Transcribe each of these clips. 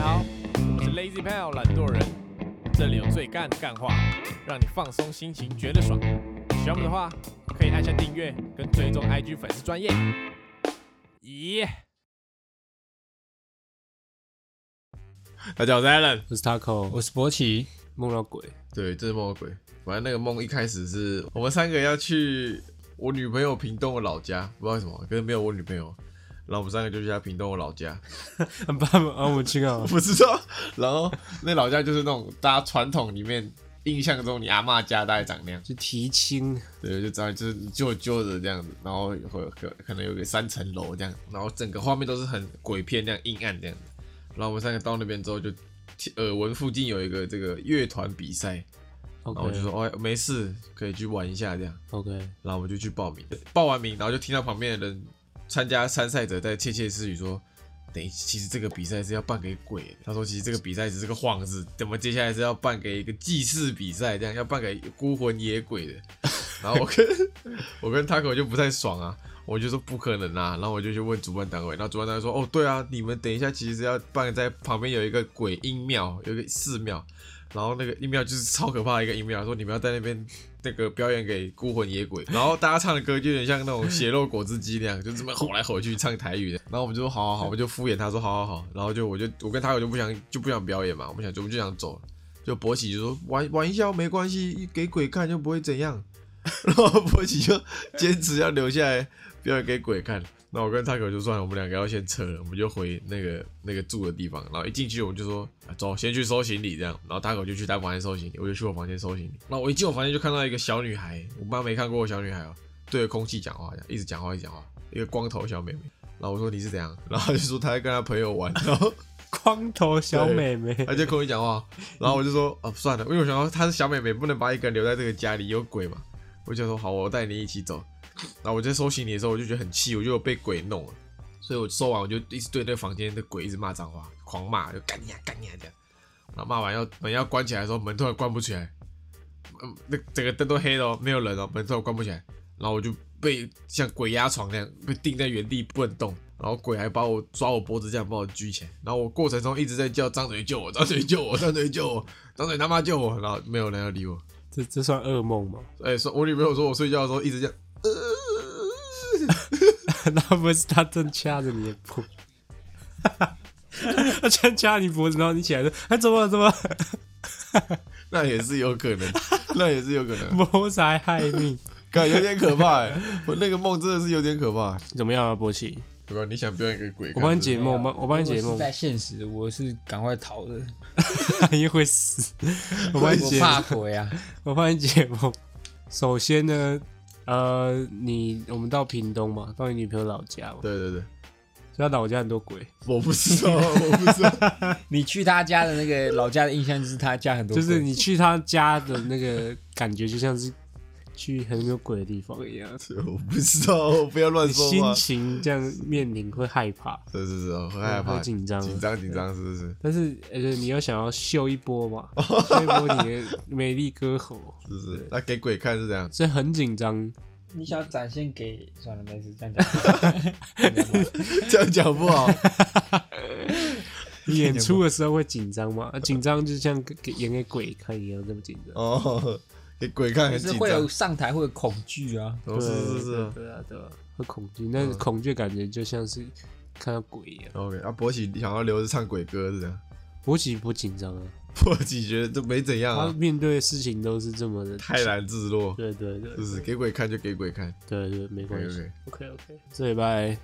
好，我是 Lazy Pal 懒惰人，这里有最干的干话，让你放松心情，觉得爽。喜欢我们的话，可以按下订阅跟追踪 IG 粉丝专业。咦、大家好，我是 Alan。我是 Taco，我是博奇，梦到鬼，对，这是梦鬼。反正那个梦一开始是我们三个要去我女朋友屏东的老家，不知道为什么，可是没有我女朋友。然后我们三个就去她屏东的老家，很棒啊！我 去 啊，不知道。然后那老家就是那种大家传统里面印象中你阿嬷家大概长那样，就提亲，对，就长就是旧旧的这样子，然后会有可可能有个三层楼这样，然后整个画面都是很鬼片那样阴暗这样子。然后我们三个到那边之后就，耳闻附近有一个这个乐团比赛，哦然后我就说，哎、没事，可以去玩一下这样。 OK，然后我们就去报名，报完名，然后就听到旁边的人参加参赛者在窃窃私语说：“等一，其实这个比赛是要办给鬼的。”他说：“其实这个比赛只是个幌子，怎么接下来是要办给一个祭祀比赛，这样要办给孤魂野鬼的。”然后我跟我跟 Taco 就不太爽啊，我就说不可能啊，然后我就去问主办单位，然后主办单位说：“哦，对啊，你们等一下其实要办在旁边有一个鬼阴庙，有一个寺庙。”然后那个音庙就是超可怕的一个音庙，说你们要在那边那个表演给孤魂野鬼，然后大家唱的歌就有点像那种血肉果汁机那样，就这么吼来吼去唱台语的。然后我们就说好好好，我们就敷衍他说好好好，然后就我就我跟他我就不想就不想表演嘛，我们想就我们就想走，就博喜就说玩玩一下没关系，给鬼看就不会怎样。然后博喜就坚持要留下来表演给鬼看。那我跟 Taco 就算了，我们两个要先撤了，我们就回那个那个住的地方。然后一进去我们就说、啊走，先去收行李这样。然后 Taco 就去他房间收行李，我就去我房间收行李。那我一进我房间就看到一个小女孩，我妈没看过我小女孩哦，对着空气讲话，这样一直讲话一直讲话，一个光头小妹妹。然后我说你是怎样？然后她就说她在跟她朋友玩，然后光头小妹妹，他就跟我讲话，然后我就说哦算了，因为我想到她是小妹妹，不能把一个人留在这个家里，有鬼嘛。我就说好，我带你一起走。然后我在收行李的时候，我就觉得很气，我就有被鬼弄了，所以我收完我就一直对那个房间的鬼一直骂脏话，狂骂，就干你啊干你啊这样。然后骂完要门要关起来的时候，门突然关不起来，嗯，那整个灯都黑了、哦，没有人哦，门突然关不起来。然后我就被像鬼压床那样被定在原地不能动，然后鬼还把我抓我脖子这样把我举起来，然后我过程中一直在叫张嘴救我，张嘴救我，张嘴救我，张嘴他妈救我，然后没有人要理我。这这算噩梦吗？哎、说我女朋友说我睡觉的时候一直这样，呃， 那不是他正掐着你的脖， 他正掐你脖子，然后你起来说：“哎，怎么了？怎 么了那也是有可能，那也是有可能，谋财害命感觉有点可怕哎、我那个梦真的是有点可怕、？”怎么样啊，博奇？对吧？你想表演给鬼看？我帮你是解不梦，我帮我帮你解啊如果梦是， 在现实，我是赶快逃的，你也会 死。我帮你我解，怕鬼啊！我帮你解梦。首先呢，呃，你我们到屏东嘛，到你女朋友老家嘛是，对对对，所以她老家很多鬼。我不知道，我不知道，你去他家的那个老家的印象就是他家很多就鬼，是你去他家的那个感觉，就像是去很没有鬼的地方一样，我不知道，我不要乱你说心话。情这样面临会害怕，是是是，哦我很害怕，会紧张紧张紧张，是不是？但是而且你又想要秀一 波嘛，秀一波你的美丽歌喉，是不是？那给鬼看是这样，所以很紧张。你想展现给算了，没事，这样讲。 这样讲不好。你演出的时候会紧张嘛？ 啊紧张就像给给演给鬼看一样那么紧张。哦，给鬼看 可很是紧会有张。上台会有恐惧啊，哦，是是嗯是对是。对啊对啊，会恐惧，但是恐惧的感觉就像是看到鬼一样。 OK，啊，博喜想要留着唱鬼歌是这样， 博奇不紧张啊，博喜觉得这没怎样他啊，面对的事情都是这么的。泰然自若，对对对，就是给鬼看就给鬼看。对对，没关系 OK，OK。 OK OK，这礼拜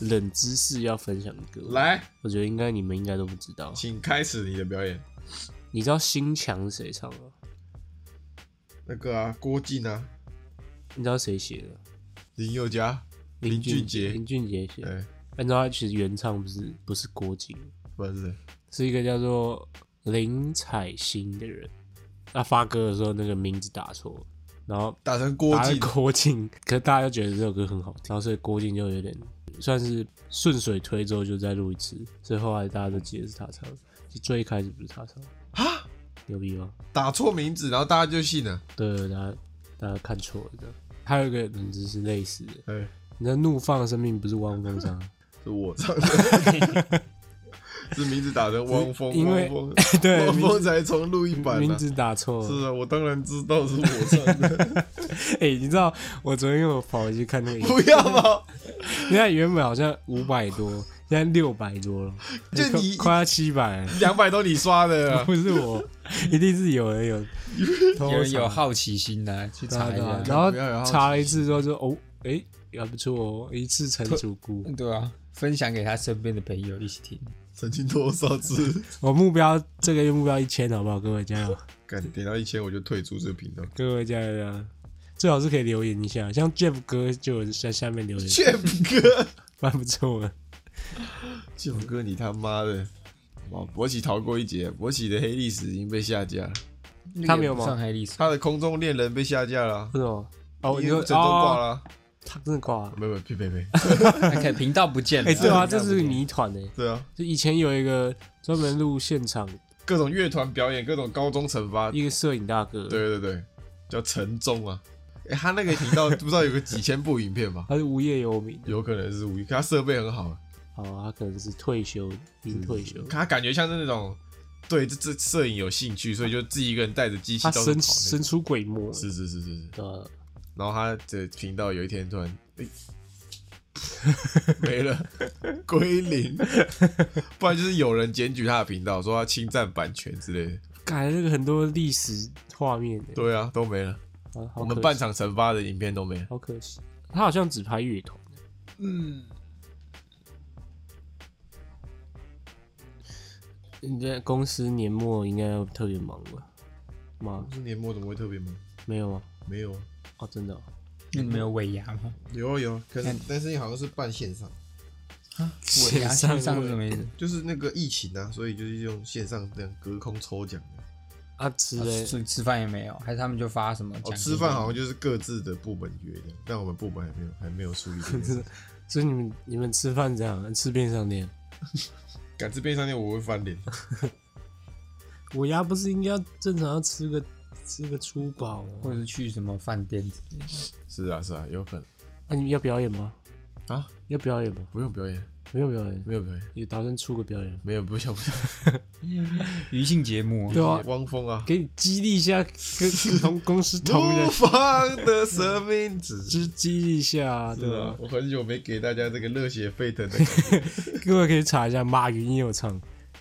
冷知识要分享一个，，来，我觉得应该你们应该都不知道。请开始你的表演。你知道《心墙》是谁唱的吗？那个啊，郭靖啊，你知道谁写的？林宥嘉，哎林俊杰林俊杰写。的。对，按照他其实原唱不是不是郭靖，不然是谁？是一个叫做林采欣的人。他发歌的时候那个名字打错，然后打成郭打了靖，郭靖，可是大家就觉得这首歌很好听，然后所以郭靖就有点算是顺水推舟，就再录一次，所以后来大家都记得是他唱的，其实最一开始不是他唱的啊，牛逼吗？打错名字，然后大家就信了。对，大家大家看错了这样。还有一个冷知识类似的， 哎，你知道《怒放的生命》不是汪峰唱的，是我唱的。 是名字打成 汪峰，因为汪峰， 对汪名峰才重录一版、啊，名字打错了。是啊，我当然知道是我唱的，哎、你知道我昨天又跑回去看那 个影片， 不要吧，现在原本好像五百多，现在六百多了，就你快快要七百了。两百都你刷的、 啊，不是我， 一定是有人有偷有人有藏好奇心的、去对啊查一对啊下。然后不要有好奇查了一次之后就哦，哎、还不错哦，一次成主顾。嗯对啊，分享给他身边的朋友一起听。曾经多少次？我目标这个月目标一千，好不好？各位加油， 敢点到一千我就退出这个频道。各位加油！加油最好是可以留言一下，像 Jeff 哥就有在下面留言，建哥，蛮不错的。建哥，你他妈的！哇，博奇逃过一劫，博奇的黑历史已经被下架了，他没有吗上海历史，他的空中恋人被下架了啊，为什么？哦，已你经说整栋挂哦，了啊。他真的挂了。没有没有，呸呸呸！他可以频道不见了。哎，对啊，频道这不是见个了谜团哎。对啊，就以前有一个专门录现场各种乐团表演，各种高中惩罚，对一个摄影大哥，对对，叫陈忠 啊。哎，他那个频道不知道有个几千部影片吧？他是无业游民 的，有可能是无意，可他设备很好啊，好，他可能是退休，已嗯经退休了。他感觉像是那种对这这摄影有兴趣，所以就自己一个人带着机器他到处跑神那神种。出鬼没，是是是是是。的，然后他的频道有一天突然、 诶没了，归零，不然就是有人检举他的频道，说他侵占版权之类的。改那个很多历史画面的，对啊，都没了，好好我可们惜半场惩罚的影片都没了。好可惜，他好像只拍乐团，嗯，你在公司年末应该要特别忙吧？吗？这年末怎么会特别忙？没有吗？没有啊，哦，真 的哦、你没有尾牙 吗？有啊有啊，哎可是但是好像是半线上，尾牙线上线是什么意思？就是那个疫情啊，所以就是用线上这样隔空抽奖的。啊，吃啊的吃吃饭也没有，还是他们就发什么奖哦，金？吃饭好像就是各自的部门约的，但我们部门还没有还没有梳理这件 事。所以你们你们吃饭怎样？吃便当店？敢吃便利商店我会翻脸。我牙不是应该要正常要吃个吃个粗饱或吗？者是去什么饭店之类的。是啊是啊，有可能那、你们要表演吗？啊，要表演吗？不用表演，没有表演，没有表演。你打算出个表演？没有，不想不想。娱性节目，对啊，汪峰啊，给你激励一下，跟跟 同公司同仁怒放的生命值。 之激励一下啊，对是吧啊？，我很久没给大家这个热血沸腾的 感觉。各位可以查一下，马云也有唱，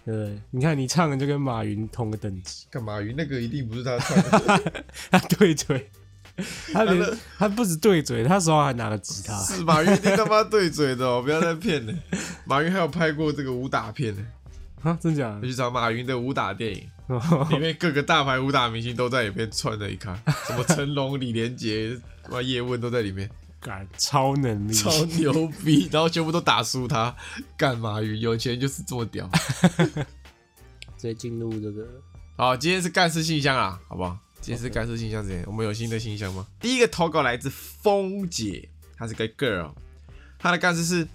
对不对？你看你唱的就跟马云同个等级， 干嘛？鱼那个一定不是他唱的，他对嘴，他连他的他不止对嘴，他手上还拿个吉他， 是马云一定他妈对嘴的哦！不要再骗了。马云还有拍过这个武打片呢，啊，真假我 去找马云的武打电影，的？里面各个大牌武打明星都在里面穿了一咖，什么成龙、李连杰、哇叶问都在里面，感超能力，超牛逼，然后全部都打输他。干马云有钱人就是这么屌。再进入这个好，今天是干事信箱啊，好不好？今天是干事信箱之前，我们有新的信箱吗？第一个投稿来自风姐，她是个 girl，她的干事是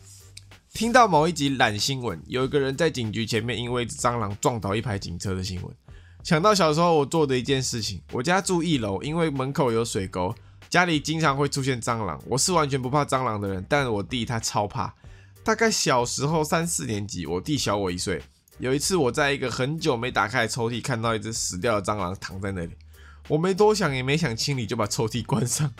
听到某一集懒新闻，有一个人在警局前面因为一只蟑螂撞倒一排警车的新闻，想到小时候我做的一件事情，我家住一楼，因为门口有水沟，家里经常会出现蟑螂，我是完全不怕蟑螂的人，但我弟他超怕。大概小时候三四年级，我弟小我一岁，有一次，我在一个很久没打开的抽屉看到一只死掉的蟑螂躺在那里，我没多想也没想清理，就把抽屉关上。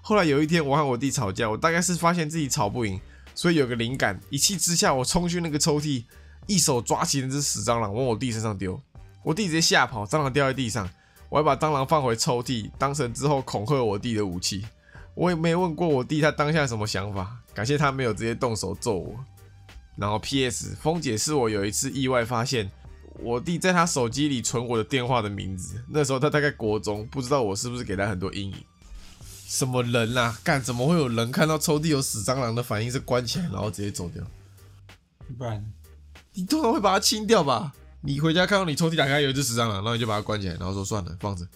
后来有一天，我和我弟吵架，我大概是发现自己吵不赢，所以有个灵感，一气之下，我冲去那个抽屉，一手抓起那只死蟑螂往我弟身上丢，我弟直接吓跑，蟑螂掉在地上，我还把蟑螂放回抽屉，当成之后恐吓我弟的武器。我也没问过我弟他当下什么想法，感谢他没有直接动手揍我。然后 P.S. 峰姐是我有一次意外发现，我弟在他手机里存我的电话的名字。那时候他大概国中，不知道我是不是给他很多阴影。什么人啊？干怎么会有人看到抽屉有死蟑螂的反应是关起来，然后直接走掉？不然你通常会把它清掉吧？你回家看到你抽屉打开有一只死蟑螂，然后你就把它关起来，然后说算了，放着。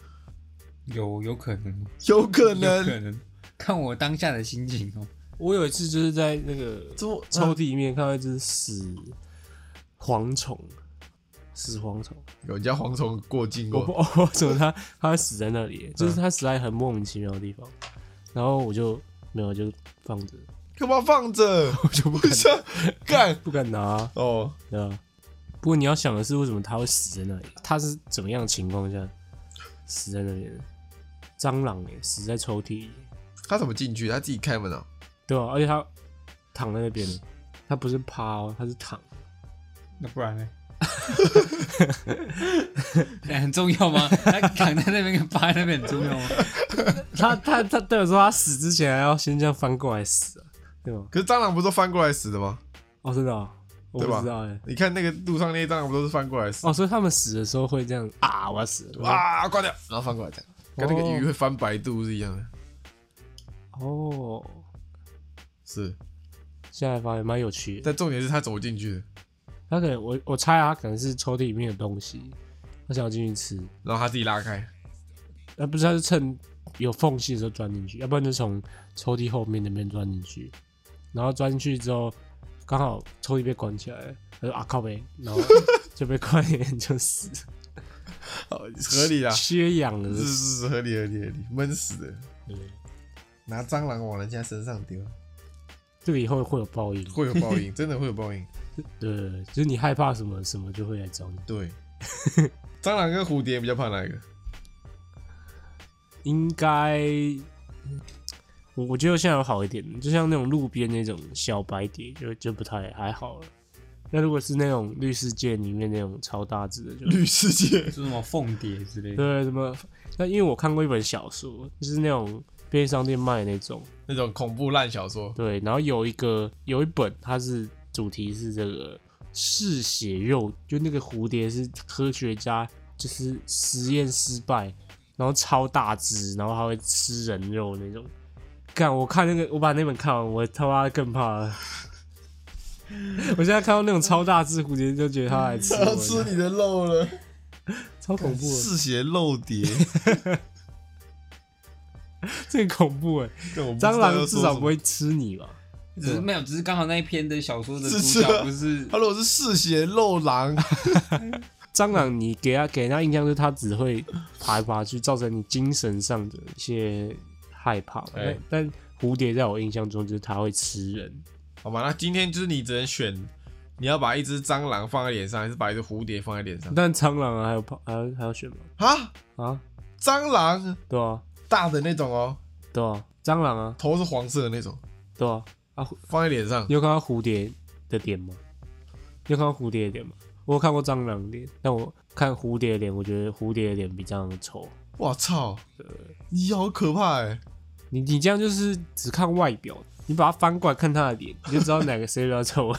有有可能，有可有能可能，看我当下的心情哦。我有一次就是在那个抽抽屉里面看到一只死蝗虫，死蝗虫。有人家蝗虫过境我不，过，我 不怎么它它会死在那里，就是它死在很莫名其妙的地方。然后我就没有就放着，干嘛放着？我就不想干不敢拿，啊哦。对吧？不过你要想的是，为什么他会死在那里？他是怎么样的情况下死在那边的？蟑螂耶，死在抽屉里，他怎么进去？他自己开门啊？对吧、而且他躺在那边，他不是趴哦，他是躺。那不 然呢？哎很重要吗？他躺在那边跟趴在那边很重要吗？他他他，对我说他死之前还要先这样翻过来死啊，对吧？可是蟑螂不是都翻过来死的吗？哦，真的、哦，我对吧不知道哎。你看那个路上那些蟑螂不都是翻过来死？哦，所以他们死的时候会这样啊，我要死了。哇，挂掉，然后翻过来的，跟那个哦鱼会翻白肚是一样的。哦，是，现在发现蛮有趣的。但重点是他怎么进去的？他可能我我猜啊他可能是抽屉里面的东西，他想要进去吃，然后他自己拉开，那不是他是趁有缝隙的时候钻进去，要不然就从抽屉后面那边钻进去，然后钻进去之后刚好抽屉被关起来了，他说啊靠呗，然后就被快点就死了，哦合理啦，缺氧了是就是死，是是合理合理合理，闷死的，对不对拿蟑螂往人家身上丢，这个以后会有报应，会有报 应，真的会有报应。对，就是你害怕什么什么就会来找你， 对，蟑螂跟蝴蝶比较怕哪一个？应该。我我觉得现在有好一点，就像那种路边那种小白蝶，就就不太还好了。那如果是那种绿世界里面那种超大只的， 就绿世界是什么凤蝶之类的？对，什么？那因为我看过一本小说，就是那种便利商店卖的那种，那种恐怖烂小说，对。然后有一个有一本，它是主题是这个嗜血肉，就那个蝴蝶是科学家，就是实验失败，然后超大只，然后还会吃人肉那种。看，我看那个，我把那本看完，我他妈更怕了。 我现在看到那种超大只蝴蝶，就觉得它来吃要我，吃你的肉了，超恐怖的，嗜血肉 蝶，这个恐怖哎、干我不知道蟑要螂说至少什么不会吃你吧？只是没有，只是刚好那一篇的小说的主是是啊角不是他如果是嗜血肉狼， 蟑螂，你给它给人家印象就是它只会爬来爬去，造成你精神上的一些害怕。哎但但蝴蝶在我印象中就是它会吃人，好吧，那今天就是你只能选，你要把一只蟑螂放在脸上，还是把一只蝴蝶放在脸上？但蟑螂啊还有爬还有还要选吗？啊，啊，蟑螂对啊，大的那种哦，对啊，蟑螂啊，头是黄色的那种，对啊，啊，蝴放在脸上你有看到蝴蝶的脸吗？你有看到蝴蝶的脸吗？我有看过蟑螂的脸，但我看蝴蝶的脸，我觉得蝴蝶的脸比蟑螂丑。我操，你好可怕哎、你你这样就是只看外表，你把它翻过来看它的脸，你就知道哪个谁比较丑。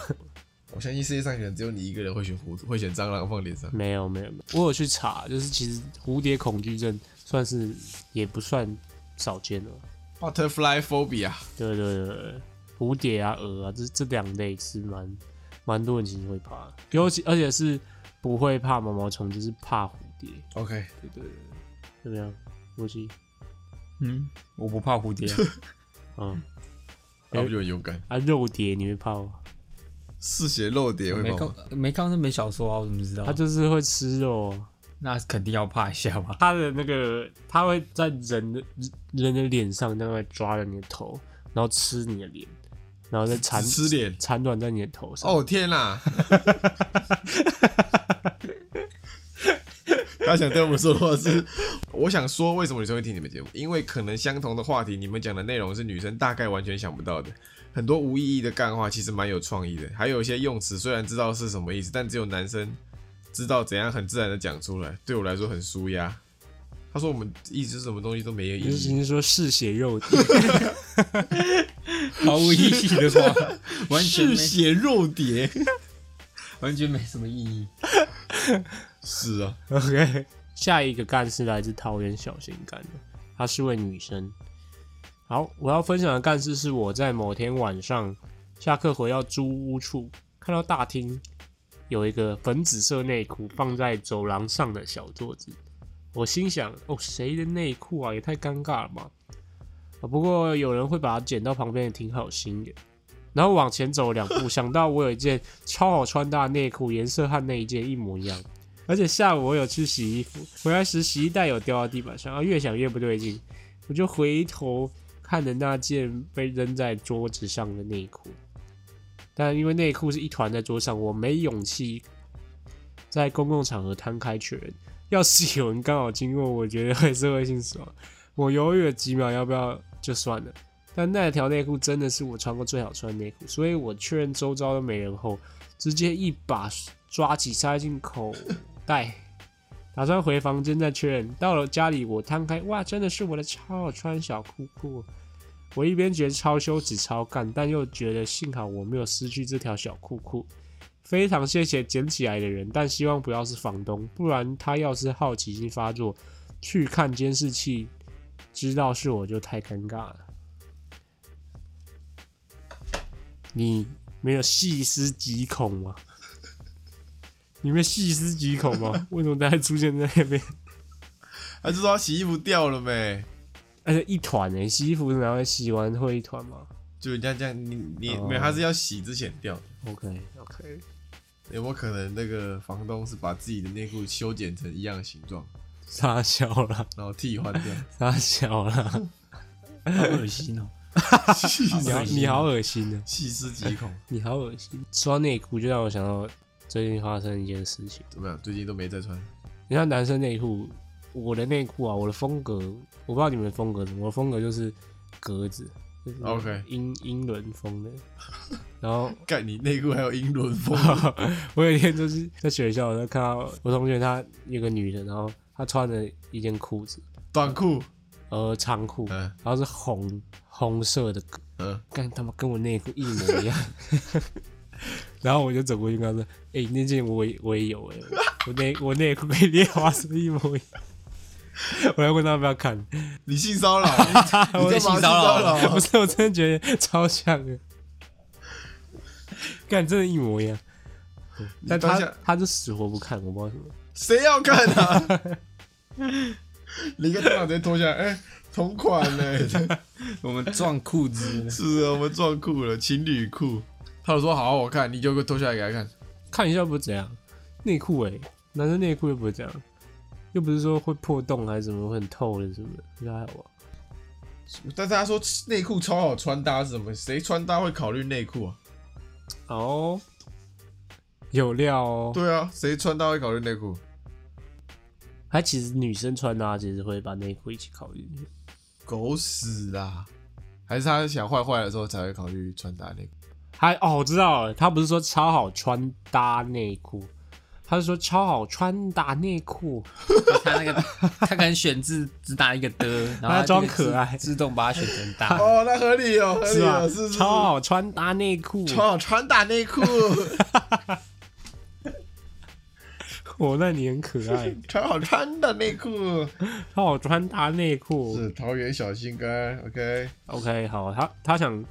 我相信世界上可能只有你一个人会选蝴，会选蟑螂放脸上。没有没有没有，我有去查，就是其实蝴蝶恐惧症算是也不算少见了。 Butterfly phobia，对对对对，蝴蝶啊、蛾啊，这这两类是蛮蛮多人其实会怕的，尤其而且是不会怕毛毛虫，就是怕蝴蝶。 OK，对对对，怎么样？逻辑？嗯，我不怕蝴 蝶啊，嗯，那我就很勇敢。啊，肉蝶你会怕吗？嗜血肉蝶会没吗？看没看过那本小说啊，我怎么知道它？就是会吃肉、啊。那肯定要怕一下吧？它的那个，它会在人的人的脸上，那个抓着你的头，然后吃你的脸，然后再缠只吃脸缠软在你的头上。哦天哪！ 他想对我们说的话是，我想说为什么女生会听你们节目，因为可能相同的话题，你们讲的内容是女生大概完全想不到的，很多无意义的干话其实蛮有创意的，还有一些用词虽然知道是什么意思，但只有男生知道怎样很自然的讲出来，对我来说很舒压。他说我们一直什么东西都没有意就是义，你是说嗜血肉体， 毫无意义的话，完全嗜没血肉蝶。完全没什么意义。是啊， OK，下一个干是来自桃园小新干的，她是位女生。好，我要分享的干事是我在某天晚上下课回到租屋处，看到大厅有一个粉紫色内裤放在走廊上的小桌子，我心想：哦，谁的内裤啊？也太尴尬了吧！啊，不过有人会把它捡到旁边，也挺好心的。然后往前走两步，想到我有一件超好穿搭的内裤，颜色和那一件一模一样。而且下午我有去洗衣服，回来时洗衣袋有掉到地板上，啊，越想越不对劲，我就回头看着那件被扔在桌子上的内裤，但因为内裤是一团在桌上，我没勇气在公共场合摊开确认。要是有人刚好经过，我觉得还是会信手。我犹豫了几秒，要不要就算了。但那条内裤真的是我穿过最好穿的内裤，所以我确认周遭都没人后，直接一把抓起塞进口袋，打算回房间再确认。到了家里，我摊开，哇，真的是我的超好穿小裤裤。我一边觉得超羞耻、超干，但又觉得幸好我没有失去这条小裤裤。非常谢谢捡起来的人，但希望不要是房东，不然他要是好奇心发作，去看监视器，知道是我就太尴尬了。你没有细思极恐吗？你没有细思极恐吗？ 为什么大家出现在那边？还是说啊他洗衣服掉了没？而且一团呢、洗衣服然后洗完会一团吗就人家这样，你你哦没有，他是要洗之前掉的。 ？OK OK，有没有可能那个房东是把自己的内裤修剪成一样的形状，傻笑了，然后替换 掉？傻笑了， 好恶心哦！ 你好你好恶心啊！细思极恐。你好恶心！说到内裤，就让我想到最近发生一件事情。怎么样？最近都没在穿，你像男生内裤，我的内裤啊，我的风格，我不知道你们的风格是什么，我的风格就是格子就是 OK 英英伦风的。然后干你内裤还有英伦风， 我有一天就是在学校，我就看到我同学她有个女的，然后她穿了一件裤子，短裤，呃，长裤，嗯然后是红红色的嗯，干他妈跟我内裤一模一样。 然后我就走过去跟他说：“哎、那件我也我也有 哎、我内我内裤跟你的花色一模一样。” 我还问他要不要看， 你性骚 扰，你你干嘛在性性骚骚扰？啊不是我真的觉得超像的，干真的，一模一样。但当他下他就死活不看，我不知道什么。谁要看啊？你跟头发直接脱下来，哎、同款呢、 我们撞裤子了，是啊，我们撞裤了，情侣裤。他有说好好看，你就给我脱下来给他看。看一下不会怎样，内裤哎，男生内裤又不会这样，又不是说会破洞还是什么会很透的什么的，不知道还好吧？但是他说内裤超好穿搭是什么？谁穿搭会考虑内裤啊？哦，有料哦。 对啊，谁穿搭会考虑内裤？它其实女生穿搭其实会把内裤一起考虑进去。狗屎啦！还是他想坏坏的时候才会考虑穿搭内裤？还哦，我知道了，他不是说超好穿搭内裤，他是说超好穿搭内裤。他那个他可能选字只打一个的，然后他它装这个可自爱自动把它选成 大。哦，那合理哦，合是理吧哦，？是是超好穿搭内裤，超好穿搭内 裤，哦，那你很可 爱。超好穿的内裤。超好穿搭内裤是桃园小心肝，OK。 ，OK，好，他他想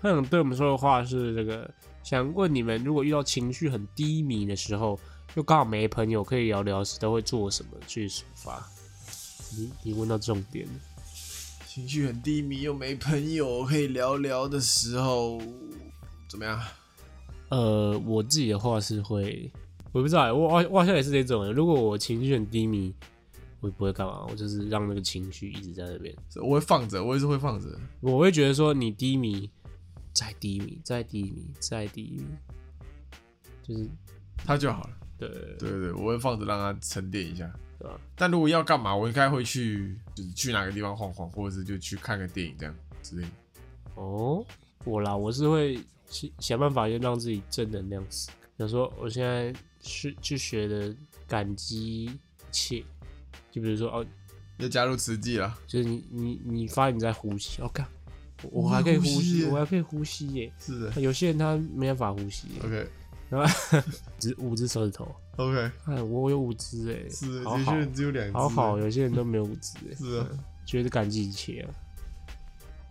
他想对我们说的话是这个，想问你们，如果遇到情绪很低迷的时候，又刚好没朋友可以聊聊时，都会做什么去抒发？你你问到重点了。情绪很低迷又没朋友可以聊聊的时候，怎么样？呃，我自己的话是会，我不知道欸，我我我好像也是这种人。如果我情绪很低迷，我也不会干嘛，我就是让那个情绪一直在那边。是我会放着，我也是会放着。我会觉得说，你低迷，再低迷，再低迷，再低迷，就是他就好了。对对对对，我会放着让它沉淀一下。对啊吧？但如果要干嘛，我应该会去，就是去哪个地方晃晃，或者是就去看个电影这样之类的。哦，我啦，我是会想想办法，就让自己正能量死。比如说，我现在是去学的感激切，就比如说哦，要加入慈济了，就是你你你发现你在呼吸，哦、看我我还可以呼你在呼吸吸，耶我还可以呼吸耶。是的。有些人他没办法呼吸耶， OK 然后只五只手指头， OK，哎，我有五只哎，是的好有些好人只有两只，好好，，有些人都没有五只哎，是啊，觉得感激一切啊。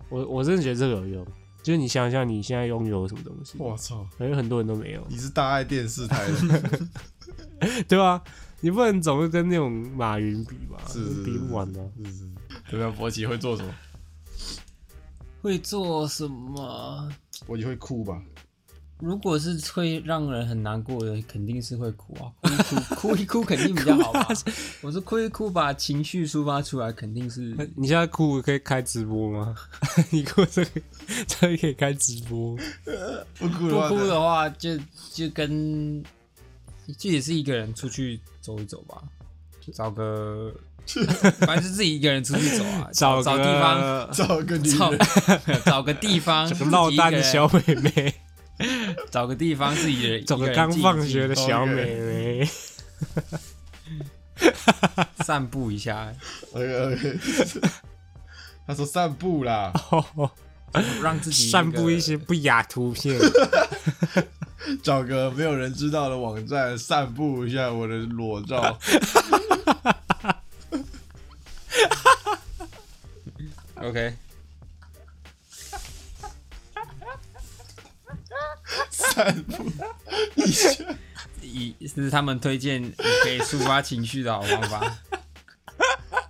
我我真的觉得这个有用，就是你想想你现在拥有什么东西，我操，可能很多人都没有，你是大爱电视台 的，对吧、你不能总是跟那种马云比吧，是是是比不完的、啊。是是是。怎么样，博奇会做什么？会做什么？博奇会哭吧？如果是会让人很难过的，肯定是会哭 啊，哭一哭，哭一哭肯啊定比较好吧。我说哭一哭，把情绪抒发出来，肯定是那你现在哭可以开直播吗？ 你哭这个这个可以开直播。不哭不的话，哭的话就就跟就也是一个人出去走一走吧，找呃个，反正就自己一个人出去走 啊，找找找地方，个找个女 找人，找个地方，找个自己一落单个的人小妹 妹，找个地方自己人，找一个人刚静一放静哦学的小静妹妹， 散步一下， OK OK，他说散步啦，哦让自己散布个一些不雅图片。找个没有人知道的网站散步一下我的裸 照。 OK。散步一下，以是他们推荐你可以抒发情绪的好方 法。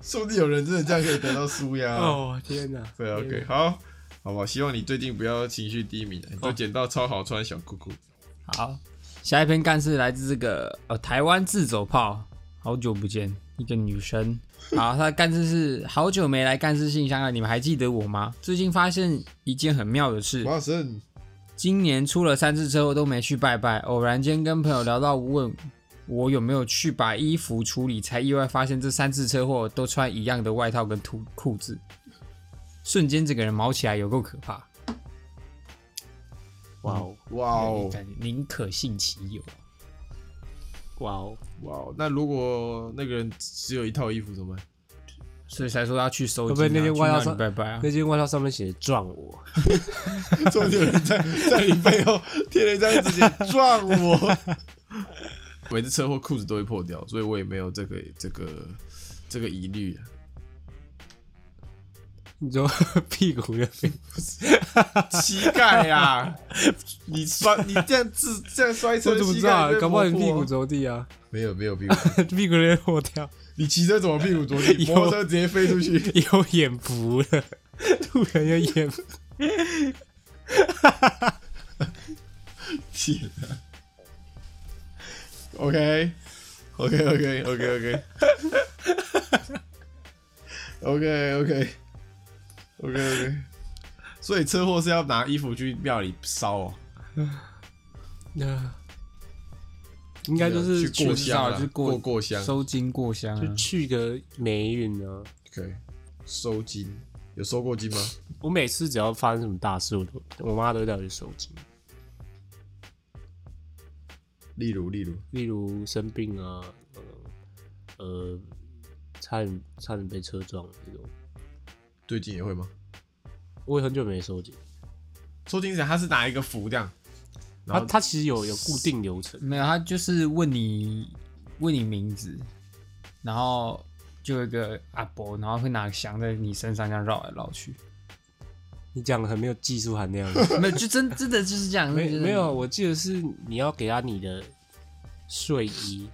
说不定有人真的这样可以得到舒压、 哦天哪！对，OK，好，啊好吧，希望你最近不要情绪低迷，你都捡到超好穿的小裤裤。好，下一篇干事来自这个呃台湾自走炮，好久不见，一个女生。好，她的干事是好久没来干事信箱了，你们还记得我吗？最近发现一件很妙的事，马神，今年出了三次车祸都没去拜拜，偶然间跟朋友聊到问我有没有去把衣服处理，才意外发现这三次车祸都穿一样的外套跟裤裤子，瞬间整个人毛起来，有够可怕。哇哦哇哦，感觉宁可信其有啊。哇哦！哇哦，那如果那个人只有一套衣服怎么 办？所以才说要去收会金、啊，不会那天去外套那里上拜拜啊那？件外套上面写撞我，说不定有人在在你背后贴了一张纸，写撞我。 每次车祸裤子都会破掉，所以我也没有这个这个这个疑虑啊。你说 屁股那边膝盖呀、 你摔你这样自这样摔车，我怎么知膝盖道啊会？被搞不好你磨破屁股着地啊， 没有没有屁股，屁股那边破掉，你骑车怎么屁股着 地？有摩托车直接飞出 去，有眼福了，突然有眼福。天啊！OK OK OK OK OK OK OK OK OK，所以车祸是要拿衣服去庙里烧哦，那应该就是去过香就啊是，过过香收金过香啊就。去个霉运啊！ ，OK，收金。有收过金吗？我每次只要发生什么大事，我都我妈都会带我去收金，例如，例如，例如生病啊，呃，呃差点差点被车撞这种。最近也会吗？我也很久没收金，收金是他是拿一个符这样，然它后它其实有有固定流程，没有，他就是问你问你名字，然后就有一个阿伯，然后会拿香在你身上这样绕来绕去。 你讲的很没有技术含量。 没有，就真真的就是这样。没就是没有，我记得是你要给他你的睡衣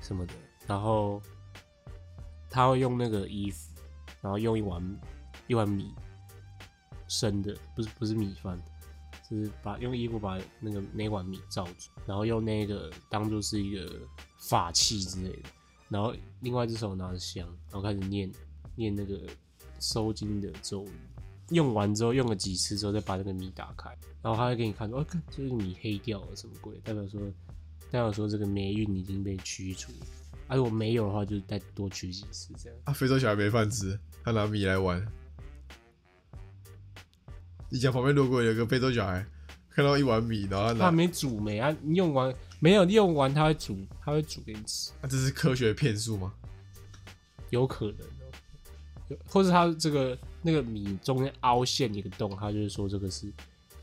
什么的，然后他会用那个衣服，然后用一碗一碗米生的，不是不是米饭，就是把用衣服把那个那碗米罩住，然后用那个当做是一个法器之类的，然后另外一只手拿着香，然后开始念念那个收金的咒语。用完之后，用了几次之后，再把那个米打开，然后他会给你看说，哦，看这个米黑掉了，什么鬼？代表说，代表说这个霉运已经被驱除。啊，如果没有的话，就再多驱几次这样。啊，非洲小孩没饭吃，他拿米来玩。以前旁边路过有一个非洲小孩，看到一碗米，然后他拿，他没煮没啊？你用完没有？用完他会煮，他会煮给你吃，啊、这是科学骗术吗？有可能哦。有或者他这个那个米中间凹陷一个洞，他就是说这个是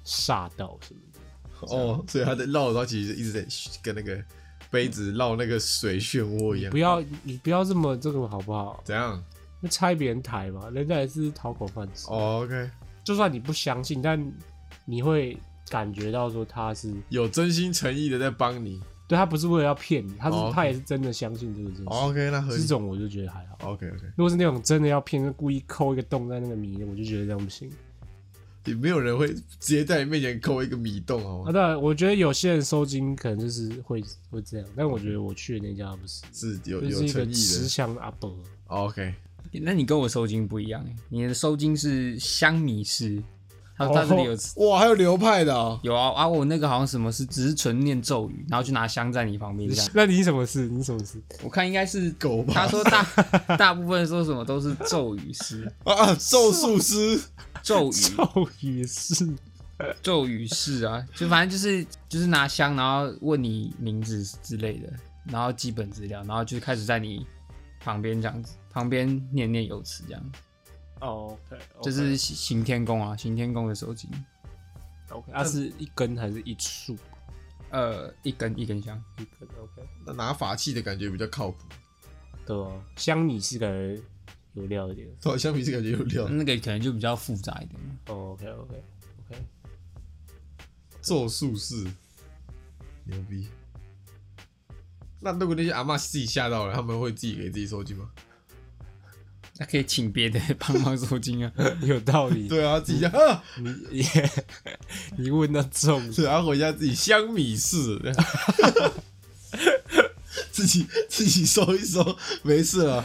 煞到什么的。啊哦，所以他在绕的时候，其实一直在跟那个杯子绕那个水漩涡一样不。要你不要这么这个好不好？怎样、那拆别人台嘛，人家也是讨口饭吃。哦、？OK，就算你不相信，但你会感觉到说他是有真心诚意的在帮你。对他不是为了要骗你，他是、哦，OK 他也是真的相信这个事情。哦 OK，那合这理。种我就觉得还好。 OK OK，如果是那种真的要骗，就故意抠一个洞在那个米，我就觉得这样不行。也没有人会直接在你面前抠一个米洞哦啊，。当然，我觉得有些人收金可能就是会会这样，但我觉得我去的那家不是，是有就有是一诚个意慈的。祥的阿伯。哦 OK，那你跟我收金不一样欸你的收金是香米式，他说他这里有、哇，还有流派的哦，有啊啊，我那个好像什么是只是纯念咒语，然后就拿香在你旁边这样。那你什么事？你什么事？ 我看应该是狗吧他说大大部分说什么都是咒语师，啊，咒术师，咒语咒语哦是咒语式啊，就反正就是就是拿香，然后问你名字之类的，然后基本资料，然后就开始在你旁边这样子，旁边念念有词这样，哦，OK，这是行行天宫啊，行天宫的手巾， OK，它是一根还是一束？呃，一根一根香，一根 OK，那拿法器的感觉比较靠谱，对啊，香米是感觉有料一点。对，相比是感觉有料。那个可能就比较复杂一点。哦，OK OK OK，咒术士，牛逼。那如果那些阿嬷自己吓到了，他们会自己给自己收金吗？那可以请别的帮忙收金啊， 有道理。对啊， 自己吓啊，你也你问到重点，然后回家自己香米 式，自己自己收一收，没事了。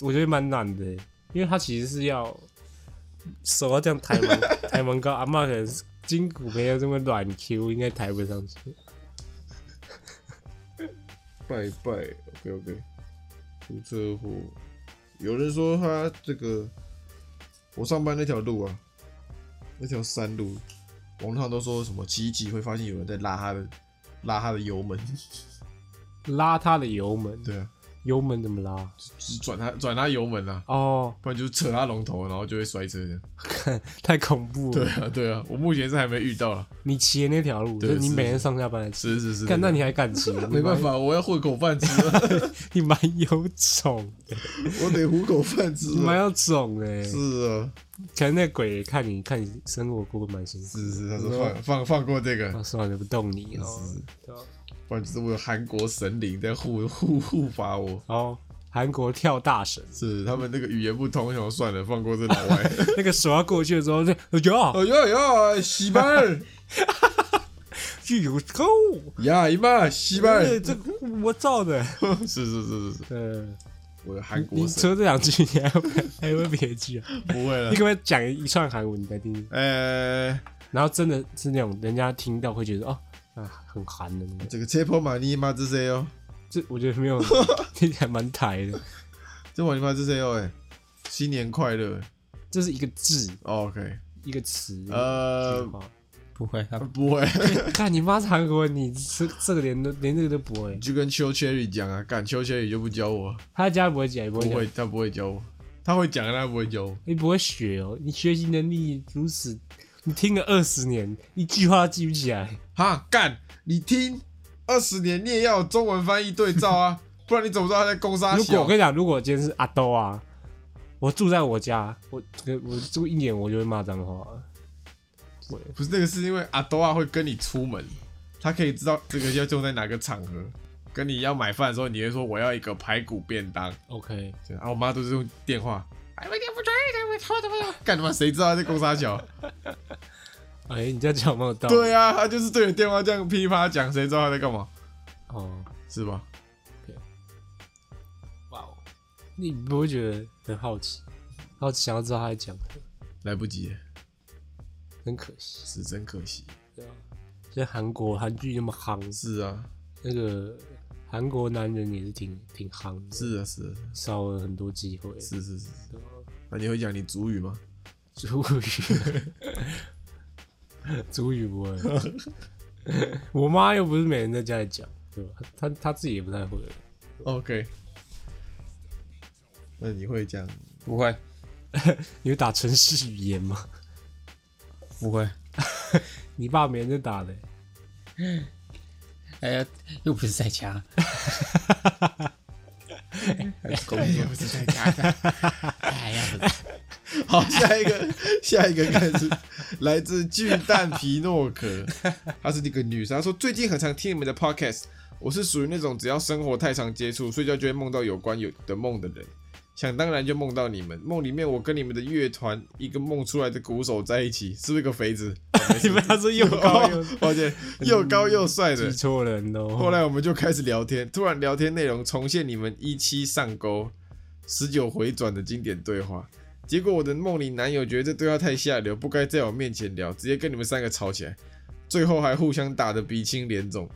我觉得蛮难的，欸因为它其实是要手要这样抬蛮抬蛮高，阿嬷可能是筋骨没有这么软 Q，应该抬不上去。拜拜，OK OK。出车祸，有人说他这个，我上班那条路啊，那条山路，网上都说什么骑一骑会发现有人在拉他的拉他的油门， 拉它的油门，对啊，油门怎么拉？就是转他转他油门啊，哦，不然就是扯他龙头，然后就会摔车这样。太恐怖了！对啊，对啊，我目前是还没遇到了。你骑的那条路，对就是你是每天上下班来骑，是是是，干那真的你还敢骑？没 没办，法，我要混口饭吃，啊 你蛮有种的，我得糊口饭吃你蛮啊。有种的。是啊，可能那鬼也看你看你生活过得蛮辛苦，是是，他说放放放过这个啊，，算了，不动你哦。对啊不然就是我有韩国神灵在 护护护法我。然后哦韩国跳大神，是他们那个语言不通，想算了，放过这老 外。那个手要过去的时候，就哟，哦哟哟，西班 具有够，牙一嘛，西班，对，这个我造 的。是是是是是，呃，我的韩你国神除了这两句，你还会还会别 句啊？不会了你。可不可以讲一串韩文来听听？呃，然后真的是那种人家听到会觉得哦。啊，很韩的那个，这个切破马尼妈这谁哦？这我觉得没有，听起来蛮台的。这马尼妈这谁哦？哎，新年快乐。这是一个字，哦 OK，一个词。呃， 不会，他不会， 看你妈是韩国人，你这这个连都连这个都不会你，就跟邱 Cherry 讲啊，敢邱 Cherry 就不教我，他家不会讲，也不不会讲会，，他不会教我，他会讲，但他不会教我。你不会学哦，你学习能力如此，你听了二十年，一句话都记不起来。哈，干，你听二十年，你也要有中文翻译对照 啊，不然你怎么知道他在攻杀小？如果我跟你讲，如果今天是阿兜啊，我住在我家，我我住一年我就会骂脏话了。我不是那个，是因为阿多啊会跟你出门，他可以知道这个要用在哪个场合。跟你要买饭的时候，你会说我要一个排骨便当。 OK，对啊，我妈都是用电话。哎，我不专业，我操他妈！干他妈，谁知道他在攻杀小？ 哎、你这样讲有没有道理？对啊，他就是对着电话这样噼里啪啦讲，谁知道他在干嘛？哦，是吧？哇哦，你不会觉得很好奇，好奇想要知道他在讲什么，来不及了，很可惜。是真可惜。对啊，现在韩国韩剧那么夯，是啊，那个韩国男人也是挺挺夯的，是啊，是啊，少了很多机会。 是是是。对啊那你会讲你主语吗？主语，主语 不会。我妈又不是每天在家里讲，对吧？她她自己也不太会。 OK，那你会讲不会你会打城市语言吗？ 不会，你爸每天在打的、哎呀，又不是在家，公平不是在家的。哎呀， 好，下一个，下一个开始，来自巨蛋皮诺可， 她是一个女生，她说最近很常听你们的 podcast，我是属于那种只要生活太常接触，睡觉就会梦到有关有的梦的人。想当然就梦到你们，梦里面我跟你们的乐团一个梦出来的鼓手在一起，是不是个肥子？ 你们要是又高又抱歉，又高又帅的记，错人哦。后来我们就开始聊天，突然聊天内容重现你们一期上钩十九回转的经典对话。结果我的梦里男友觉得这对话太下流，不该在我面前聊，直接跟你们三个吵起来，最后还互相打得鼻青脸肿。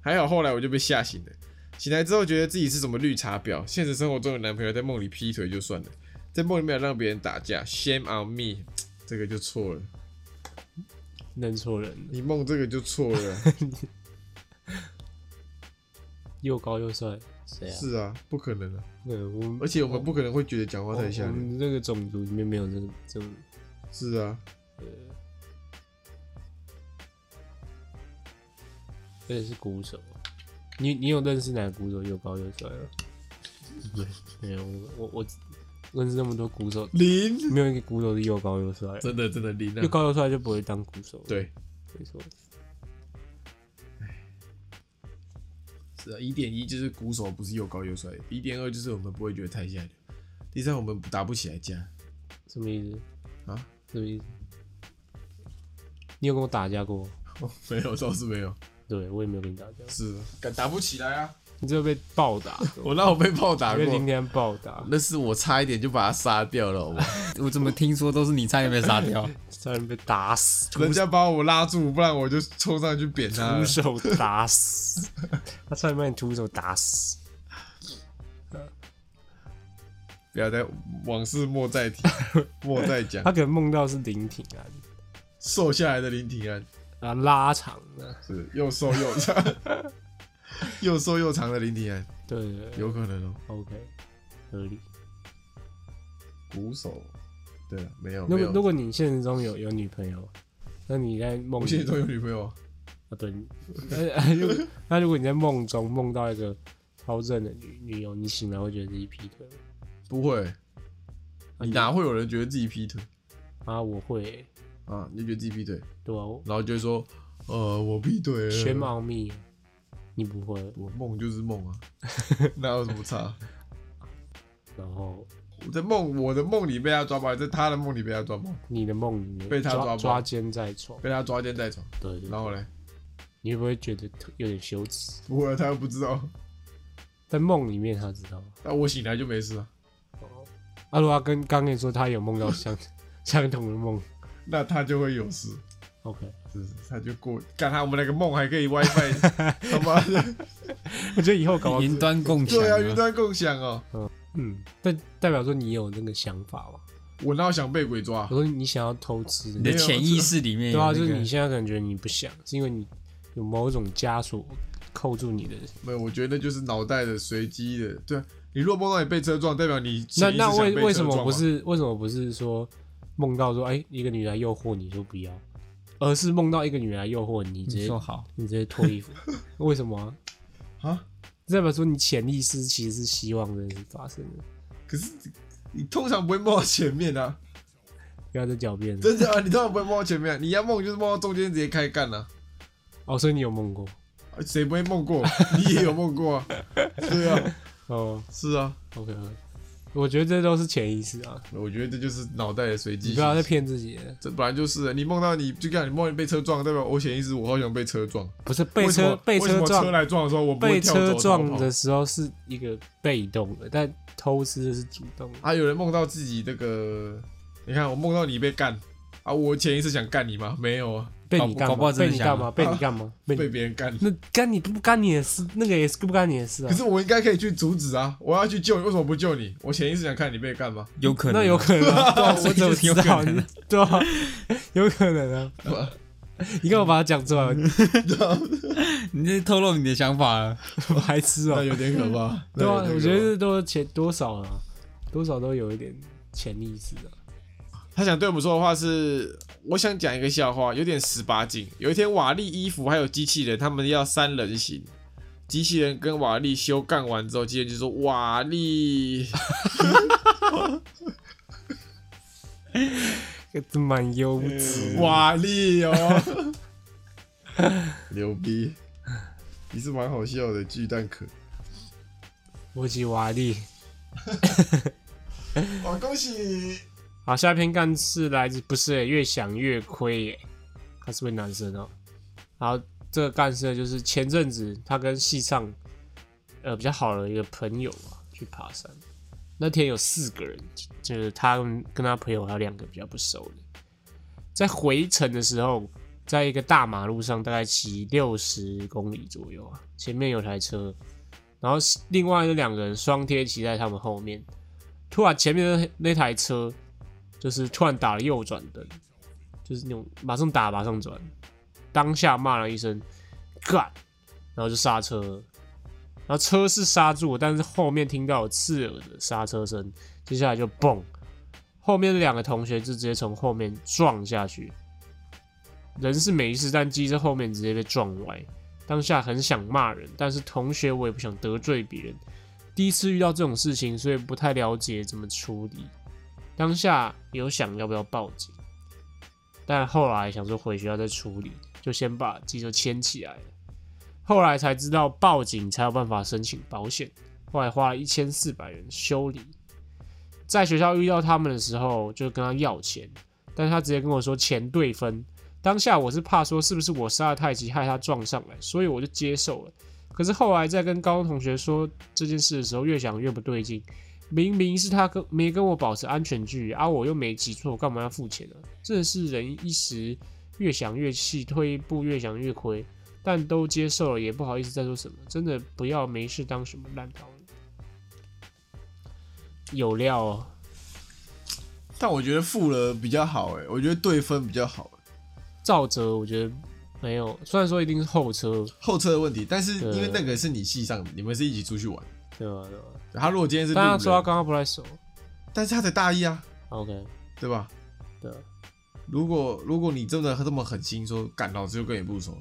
还好后来我就被吓醒了，醒来之后觉得自己是什么绿茶婊，现实生活中的男朋友在梦里劈腿就算了，在梦里面还让别人打架，shame on me，这个就错了，认错人了，你梦这个就错了，啊又高又帅，谁啊？是啊，不可能啊，对，我们而且我们不可能会觉得讲话我太下我流，们这个种族里面没有这个这种，是啊，而且是鼓手。啊你你有认识哪个鼓手又高又帅吗？没有，我我我认识那么多鼓手，零，没有一个鼓手是又高又帅的，真的真的零又啊，高又帅就不会当鼓手。，对，没错。是啊，一点一就是鼓手不是又高又帅，一点二就是我们不会觉得太下流，第三我们打不起来架什么意思？啊，什么意思？你有跟我打架过？哦， 没有倒是没有，对，我也没有跟你打架，是啊，敢打不起来啊，哎你这被暴打，我让我被炮打被过，林天暴打，那是我差一点就把他杀掉了，好不好我怎么听说都是你差点被杀掉？ 差点被打死， 人家把我拉住，不然我就冲上去扁他徒了。手打死，啊他差点把你徒手打死。不要再往事莫再 提，莫再讲他。可能梦到是林挺啊，瘦下来的林廷安啊拉长的，是又瘦又长， 又瘦又长的林廷安，对对对有可能哦。 ，OK，合理。鼓手，对了，没有如没果如有。果你现实中有有女朋友，那你在梦我现在里都有女朋友啊，啊，对， 你那如果那如果你在梦中梦到一个超正的女女友，你醒来会觉得自己劈腿吗？不会，你哪啊会有人觉得自己劈腿啊，我会欸，啊？你就觉得自己劈腿，对啊，我然后就会说，呃，我劈腿学了。猫咪，你不会，我梦就是梦啊， 哪有什么差？然后我在梦我的梦里被他抓包，在他的梦里被他抓包，你的梦里面被他抓抓包抓奸在床，被他抓奸在床，对对然，后嘞，你会不会觉得特有点羞耻？不会，啊他又不知道，在梦里面他知道，那我醒来就没事了。啊阿鲁阿跟刚跟你说他有梦到相 相同的梦那他就会有事， ，OK，是不是？他就过，干他我们那个梦还可以 WiFi，他 妈的，我觉得以后搞 云端共享对啊，云啊，端共享哦，嗯，但代表说你有那个想法嘛？我哪有想被鬼抓啊我？说你想要偷吃你的，的潜意识里面对有啊，啊那就是个你现在感觉你不想，是因为你有某种枷锁扣住你的。没有，我觉得那就是脑袋的随机的，对啊。你若梦到你被车撞，代表你潜那意识那想为被为车什么撞不嘛？是为什么不是说梦到说哎、一个女来诱惑你说不要，而是梦到一个女来诱惑你直你接说好，你直接脱衣服？为什么啊、啊？这代表说你潜意识其实是希望这件事发生的，可是你通常不会梦到前面的、嗯啊，不要再狡辩了。真的啊，你通常不会梦到前面、你要梦就是梦到中间直接开干了、啊。哦，所以你有梦过谁不会梦过？ 你也有梦过啊？对啊，哦是啊， ？OK，, o k 我觉得这都是潜意识啊，我觉得这就是脑袋的随机你性。不要再骗自己了。这本来就是啊你梦到你就讲你梦见被车撞，代表我潜意识我好想被车撞。不是被为什车么被为什车么撞车来撞的时候，我不被会跳走车撞逃跑的。时候是一个被动的，但偷吃的是主动的。啊，有人梦到自己那个，你看我梦到你被干啊，我潜意识想干你吗？没有啊，被搞你不干搞不嘛？好真被的你想干嘛？被你干嘛？被被你别人干。那干你不干你的事，那个也是不干你的事啊可。是我应该可以去阻止啊！我要去救你，为什么不救你？我潜意识想看你被干吗？有可能啊那有可能啊，对啊，所我以怎么就是有知道可能啊？对啊，有可能啊。你干嘛把它讲出来？啊你这透露你的想法了。 白痴哦那。有点可 怕。对啊那，有点可怕我觉得这都潜多少啊，多少都有一点潜意识啊。他想对我们说的话是：我想讲一个笑话，有点十八禁。有一天，瓦力、衣服还有机器人，他们要三人行。机器人跟瓦力修干完之后，机器人就说：“瓦力，这蛮幼稚。瓦力哦， 牛逼！你是蛮好笑的，巨蛋壳。我吉瓦力。哇，恭喜！好，下一篇干事来自不是欸、越想越亏耶、欸他是位男生哦、好，这个干事就是前阵子他跟系上呃比较好的一个朋友啊去爬山，那天有四个人，就是他跟跟他朋友还有两个比较不熟的，在回程的时候，在一个大马路上，大概骑六十公里左右啊，前面有台车，然后另外那两个人双贴骑在他们后面，突然前面的那台车就是突然打了右转灯，就是那种马上打马上转，当下骂了一声“干”，然后就刹车了。然后车是刹住，但是后面听到有刺耳的刹车声，接下来就蹦，后面两个同学就直接从后面撞下去，人是没事，但机在后面直接被撞歪。当下很想骂人，但是同学我也不想得罪别人，第一次遇到这种事情，所以不太了解怎么处理。当下有想要不要报警，但后来想说回学校再处理，就先把机车牵起来了。后来才知道报警才有办法申请保险，后来花了一千四百元修理。在学校遇到他们的时候，就跟他要钱，但是他直接跟我说钱对分。当下我是怕说是不是我杀了太极害他撞上来，所以我就接受了。可是后来在跟高中同学说这件事的时候，越想越不对劲，明明是他跟没跟我保持安全距离啊，我又没骑错，我干嘛要付钱呢、真的是人一时越想越气，退一步越想越亏。但都接受了，也不好意思再说什么。真的不要没事当什么烂桃有料哦，但我觉得负了比较好哎、我觉得对分比较好、赵哲我觉得没有，虽然说一定是后车，后车的问题，但是因为对那个是你系上的，你们是一起出去玩。对吧？对吧？他如果今天是路但他人，说他刚刚不太熟但是他才大一啊， ，OK，对吧？对啊，如果如果你真的这么狠心说，干老子就跟你不熟，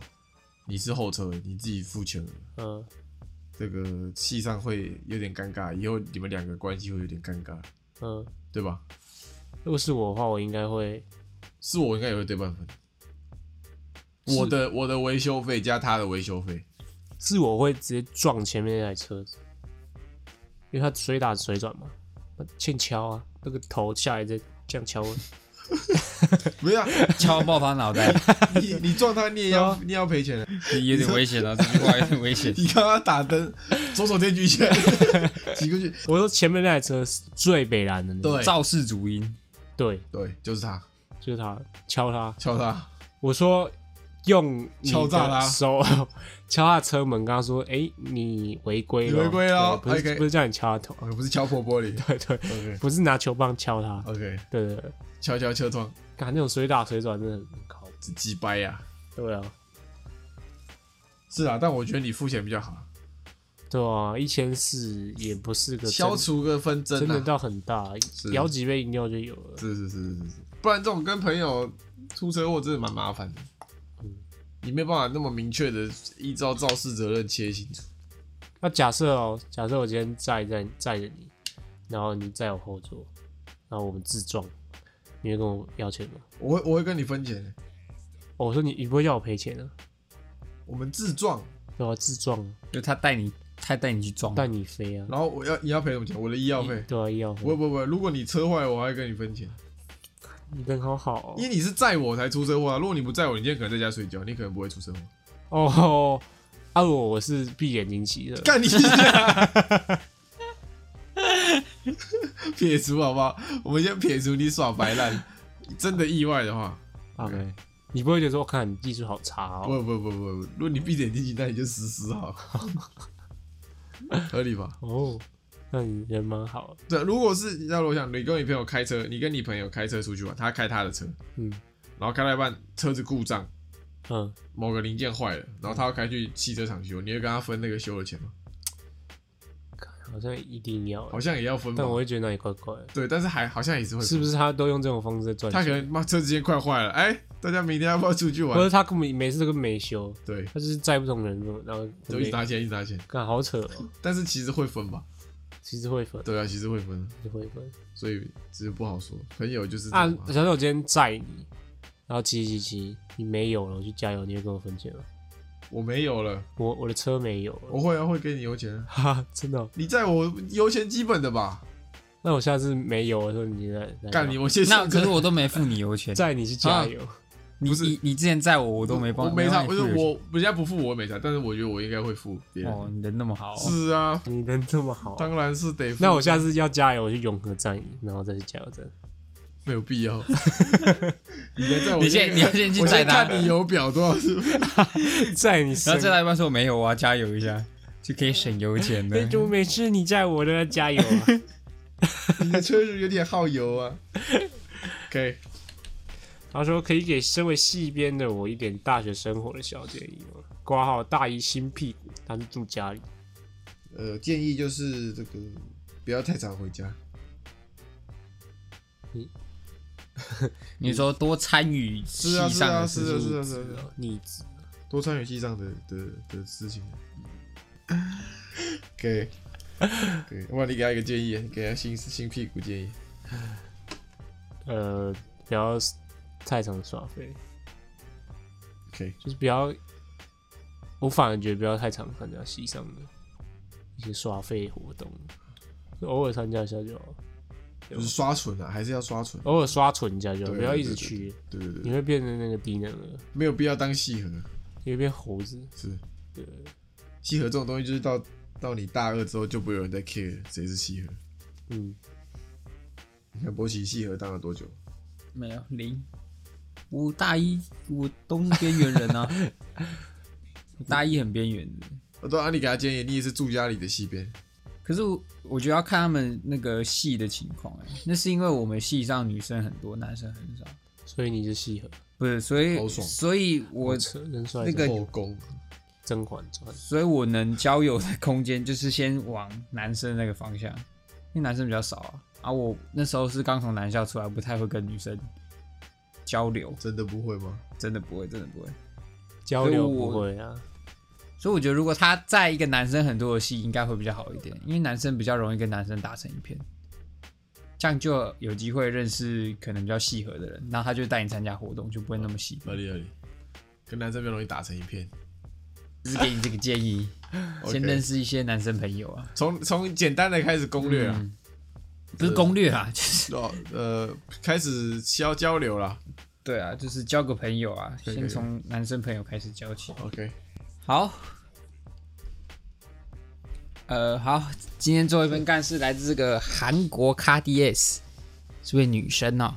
你是后车，你自己付钱了，嗯，这个系上会有点尴尬，以后你们两个关系会有点尴尬，嗯，对吧？如果是我的话，我应该会是我应该也会对半分。是我的我的维修费加他的维修费，是我会直接撞前面那台车子，因为他水打水转嘛，欠敲啊，那个头下来再这样敲我，没有、啊， 敲爆他脑袋，你你撞他你也哦要你也要赔钱的。有点危险啊！这句话有点危 险。你看他打灯， 左手先举起来， 挤过去，我说前面那台车是最北蓝的那个，对肇事主因，对，对，就是他，就是他敲他，敲他，我说用你敲诈的他手 敲他车门，跟他说：“哎、你违规了，你违规咯对不是 OK 不是叫你敲他头， 哦，不是敲破玻璃对对， ，OK 不是拿球棒敲他， OK，对对对，敲敲车窗，干那种水打水转真的很靠谱，这鸡掰呀、对啊，是啊，但我觉得你付钱比较好，啊对啊，一千四也不是个消真除个纷争真的啊。到很大，摇几杯饮料就有了，是是是是是，不然这种跟朋友出车祸真的蛮麻烦的，嗯你没有办法那么明确的依照肇事责任切清楚。那假设哦，假设我今天载载载着你，然后你载我后座，然后我们自撞，你会跟我要钱吗？我会我会跟你分钱的，哦我说你你不会要我赔钱啊？我们自撞，对啊，自撞啊就他带你，他带你去撞，带你飞啊，然后我要你要赔什么钱？我的医药费。对啊，医药费不会不会不会，如果你车坏，我还会跟你分钱，你人好好哦因为你是载我才出车祸啊。如果你不载我，你今天可能在家睡觉，你可能不会出车祸。哦。哦，啊我我是闭眼睛骑的，干你啊！ 撇除好不好？我们先撇除你耍白烂，真的意外的话， o k 你不会觉得说，我看你技术好差哦？不不不不，如果你闭着眼睛，那你就死死好，合理吧？哦，那你人蛮好的，对，如果是你知道，我想你跟你朋友开车，你跟你朋友开车出去玩，他开他的车，嗯然后开到一半车子故障，嗯，某个零件坏了，然后他要开去汽车厂修，你会跟他分那个修的钱吗？好像一定要，欸好像也要分吧但？我会觉得那里怪怪的，对，但是还好像也是会分，是不是他都用这种方式在赚他可钱？能妈车子今天快坏了，哎、大家明天要不要出去或玩者？他根本每次都跟没修，对，他就是载不同人，然后就一直拿钱，一直拿钱。干好扯哦，但是其实会分吧？其实会分，对啊，其实会分，其实会 分。所以只是不好说。朋友就是这啊样嘛，假设我今天载你，然后骑骑骑，你没有了，我去加油，你会跟我分钱吗？我没有了，我我的车没有了，我会啊，会给你油钱啊。 哈，真的哦、你在我油钱基本的吧？那我下次没油的时候，你来来哦干你，我谢谢。那可是我都没付你油钱，载你去加油，你不是你你之前载我，我都没帮，我没差，帮你不是付油钱我人家不付我没差，但是我觉得我应该会付别人。哦，你人那么好哦，是啊，你人这么好，当然是得付。那我下次要加油，我去永和站，然后再去加油站。没有必 要。你别在我你先你要先去我载先他看你油表多少 次。载你然身后再到一半说没有，我要加油一下，就可以省油钱的 那。 就每次你载我都要加油啊。你的车是有点耗油啊。OK，他说可以给身为系边的我一点大学生活的小建议吗？挂号大一新屁股，他是住家里，呃，建议就是这个不要太早回家。你说多参与戏是啊，是上啊，的是事啊，情是啊，是啊，逆子。多参与系上的的的事情。OK，对，我你给他一个建议，给他新新屁股建议。呃，不要太常耍废， OK，就是不要。我反而觉得不要太常参加系上的一些耍废活动，就偶尔参加一下就好，就是刷存啊，还是要刷存。偶尔刷存一下就好，对不要一直对去，对对你对，会变成那个低能儿，没有必要当戏核，你会变猴子。是对，戏核这种东西，就是到到你大二之后就不会有人在 care 谁是戏核。嗯，你看博奇戏核当了多久？没有零。我大一我都是边缘人啊，我大一很边缘的。我都啊按你给他建议，你也是住家里的戏边，可是我我觉得要看他们那个系的情况哎、那是因为我们系上女生很多，男生很少，所以你是戏核，不是，所以好爽所以我扯人帅那个后宫甄嬛传，所以我能交友的空间就是先往男生那个方向，因为男生比较少啊。啊，我那时候是刚从男校出来，不太会跟女生交流，真的不会吗？真的不会，真的不会。交流不会啊，所以我觉得，如果他在一个男生很多的戏，应该会比较好一点，因为男生比较容易跟男生打成一片，这样就有机会认识可能比较契合的人，然后他就带你参加活动，就不会那么细。哪里哪里，跟男生比较容易打成一片。只是给你这个建议，OK 先认识一些男生朋友啊，从从简单的开始攻略啊，不是攻略啊，就是哦呃，开始交交流啦。对啊，就是交个朋友啊，以可以先从男生朋友开始交起。 OK，好，呃，好，今天最后一份干事来自这个韩国 c a r d s 是位女生哦。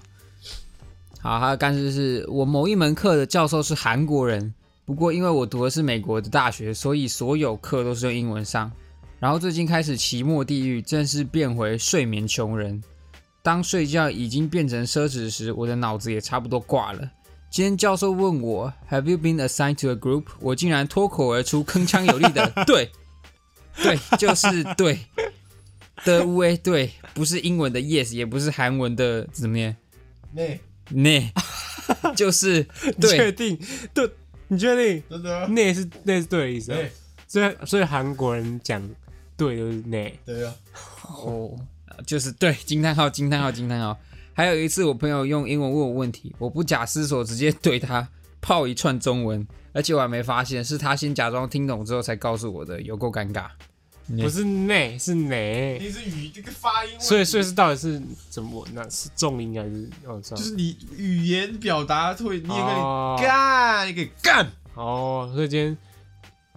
好，她的干事是我某一门课的教授是韩国人，不过因为我读的是美国的大学，所以所有课都是用英文上。然后最近开始期末地狱，正式变回睡眠穷人。当睡觉已经变成奢侈时，我的脑子也差不多挂了。今天教授问我 “Have you been assigned to a group？” 我竟然脱口而出铿锵有力 的“对，对，就是对”的乌诶，对，不是英文的 “yes”，也不是韩文的怎么念那 “ne”，就是你确 对，定？对，你确定？真的啊那是那是对的意思、啊对，所以所以韩国人讲对就是那，对啊，哦，就是对，惊叹号，惊叹号，惊叹号。还有一次，我朋友用英文问我问题，我不假思索直接对他泡一串中文，而且我还没发现是他先假装听懂之后才告诉我的，有够尴尬。不是那是那，你是语这个发音问题，所以所以是到底是怎么？那是重音还是哦？就就是你语言表达会，你也可哦以干，你可以干，哦，所以今天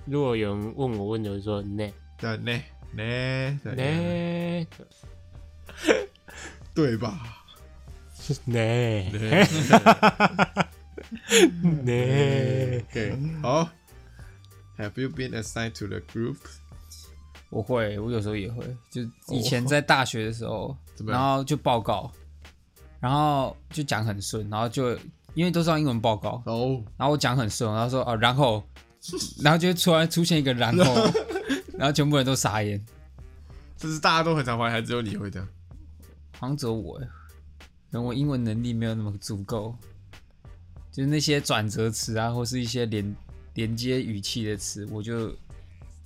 如果有人问我问题，我就说那对那那那， 那对 吧？嗯就是那对那 OK，好。Have you been assigned to the group？我会，我有时候也会，就以 前在大学的时候，哦怎么然样后就报告，然后就讲很顺，然后就因为都是用英文报告，哦，然后我讲很顺，然后说哦，然后，然后就会突然出现一个然 后，然后全部人都傻眼，这是大家都很常玩，还只有你会这样。好像只有我耶，可能我英文能力没有那么足够，就是那些转折词啊，或是一些连连接语气的词，我就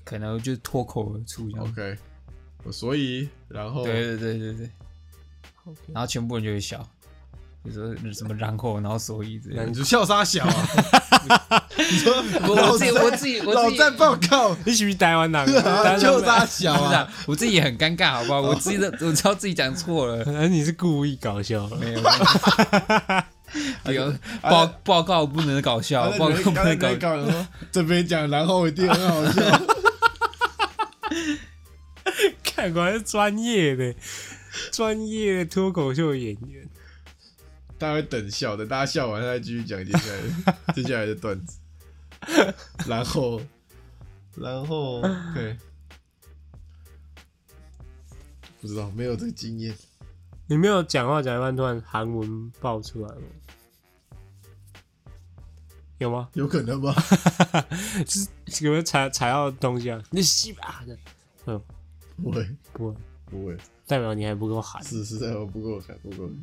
可能就脱口而出这样。 OK，我所以然后嗯对对对对对。然后全部人就会笑，就说什么然后，然后所以之类的。你就笑啥小啊？ 你说我自己我自己我老自己战报告，你是不是台湾人？啊台湾笑人啥小不是、啊？啊，我自己也很尴尬，好不好？啊我自己都我知道自己讲错了， 可能你是故意搞笑。没有，有报报告不能搞笑，哎报告不能搞。搞什么？这边讲，然后一定很好笑。看果然是专业的，专业的脱口秀演员。大家会等笑的，大家笑完他再继续讲接下来 的接下来的段子，然后然后对，不知道没有这个经验，你没有讲话讲一半，突然韩文爆出来了吗，有吗？有可能吧？有没有踩踩到东西啊？你西吧的， 不会不会，不会，代表你还不够韩。是是在我不够看不够看，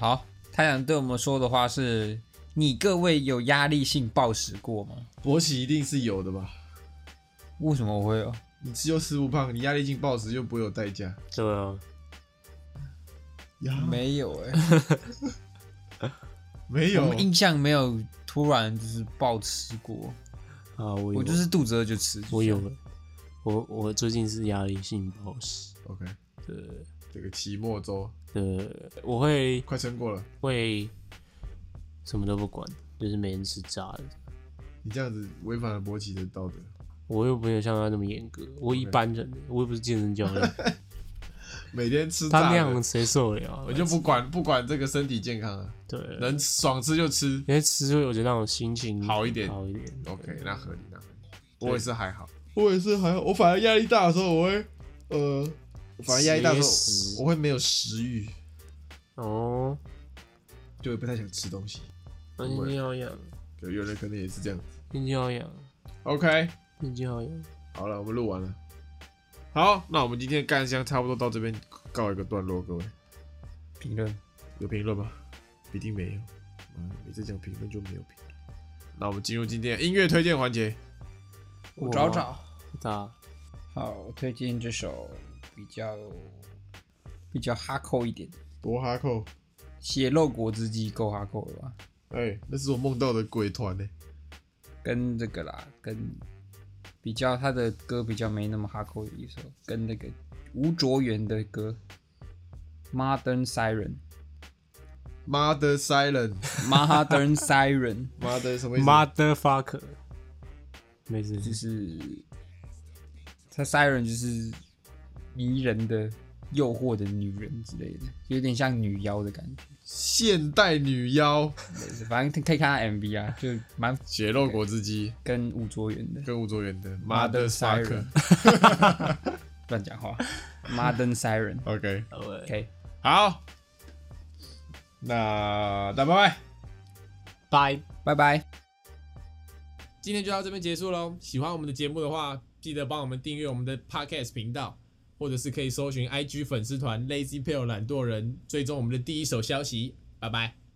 好，他想对我们说的话是：你各位有压力性暴食过吗？勃起一定是有的吧？为什么我会有？你吃又吃不胖，你压力性暴食就不会有代价。对啊，呀，没有哎、没有我印象没有突然就是暴吃过，啊，我有我就是肚子饿就吃。我有了，我我最近是压力性暴食， ，OK，对这个期末周对，我会快撑过了，会什么都不管，就是每天吃炸的。你这样子违反了勃起的道德。我又没有像他那么严格，我一般人，我又不是健身教 练，每天吃他炸那的样谁受得了啊？我就不管不管这个身体健康啊，对，能爽吃就吃。因为吃会有着那种心情好一点好一点。 OK，那合理，那合理。我也是还好，我也是还好，我反而压力大的时候，我会呃，反正压力大的时节食候，我会没有食欲，哦，就会不太想吃东西。那心情好痒，有有人可能也是这样。心情好痒， OK，心情好痒。好了，我们录完了。好，那我们今天的干香差不多到这边告一个段落，各位评论，有评论吗？一定没有，妈的每次讲评论就没有评论。那我们进入今天的音乐推荐环节，我找找。大好，我推荐这首比较比较哈扣一点，多哈扣。血肉果汁机够哈扣了吧？哎、那是我梦到的鬼团呢、跟这个啦，跟比较他的歌比较没那么哈扣的一首，跟那个吴卓源的歌《Modern Siren 妈的 Silent，》 ，Modern Siren 妈的什么意思？ mother fucker，没事，就是他 Siren 就是迷人的、诱惑的女人之类的，有点像女妖的感觉。现代女妖，类似反正可以看他 MV 啊，就蛮血肉果汁机跟吴卓源的跟吴卓源的 Mother s u c k e Siren 乱讲话，Modern Siren。 OK， OK，好，那那拜拜。拜。拜拜。今天就到这边结束喽。喜欢我们的节目的话，记得帮我们订阅我们的 Podcast 频道，或者是可以搜寻 IG 粉丝团 Lazy p a l e 懒惰人，追踪我们的第一手消息。拜拜。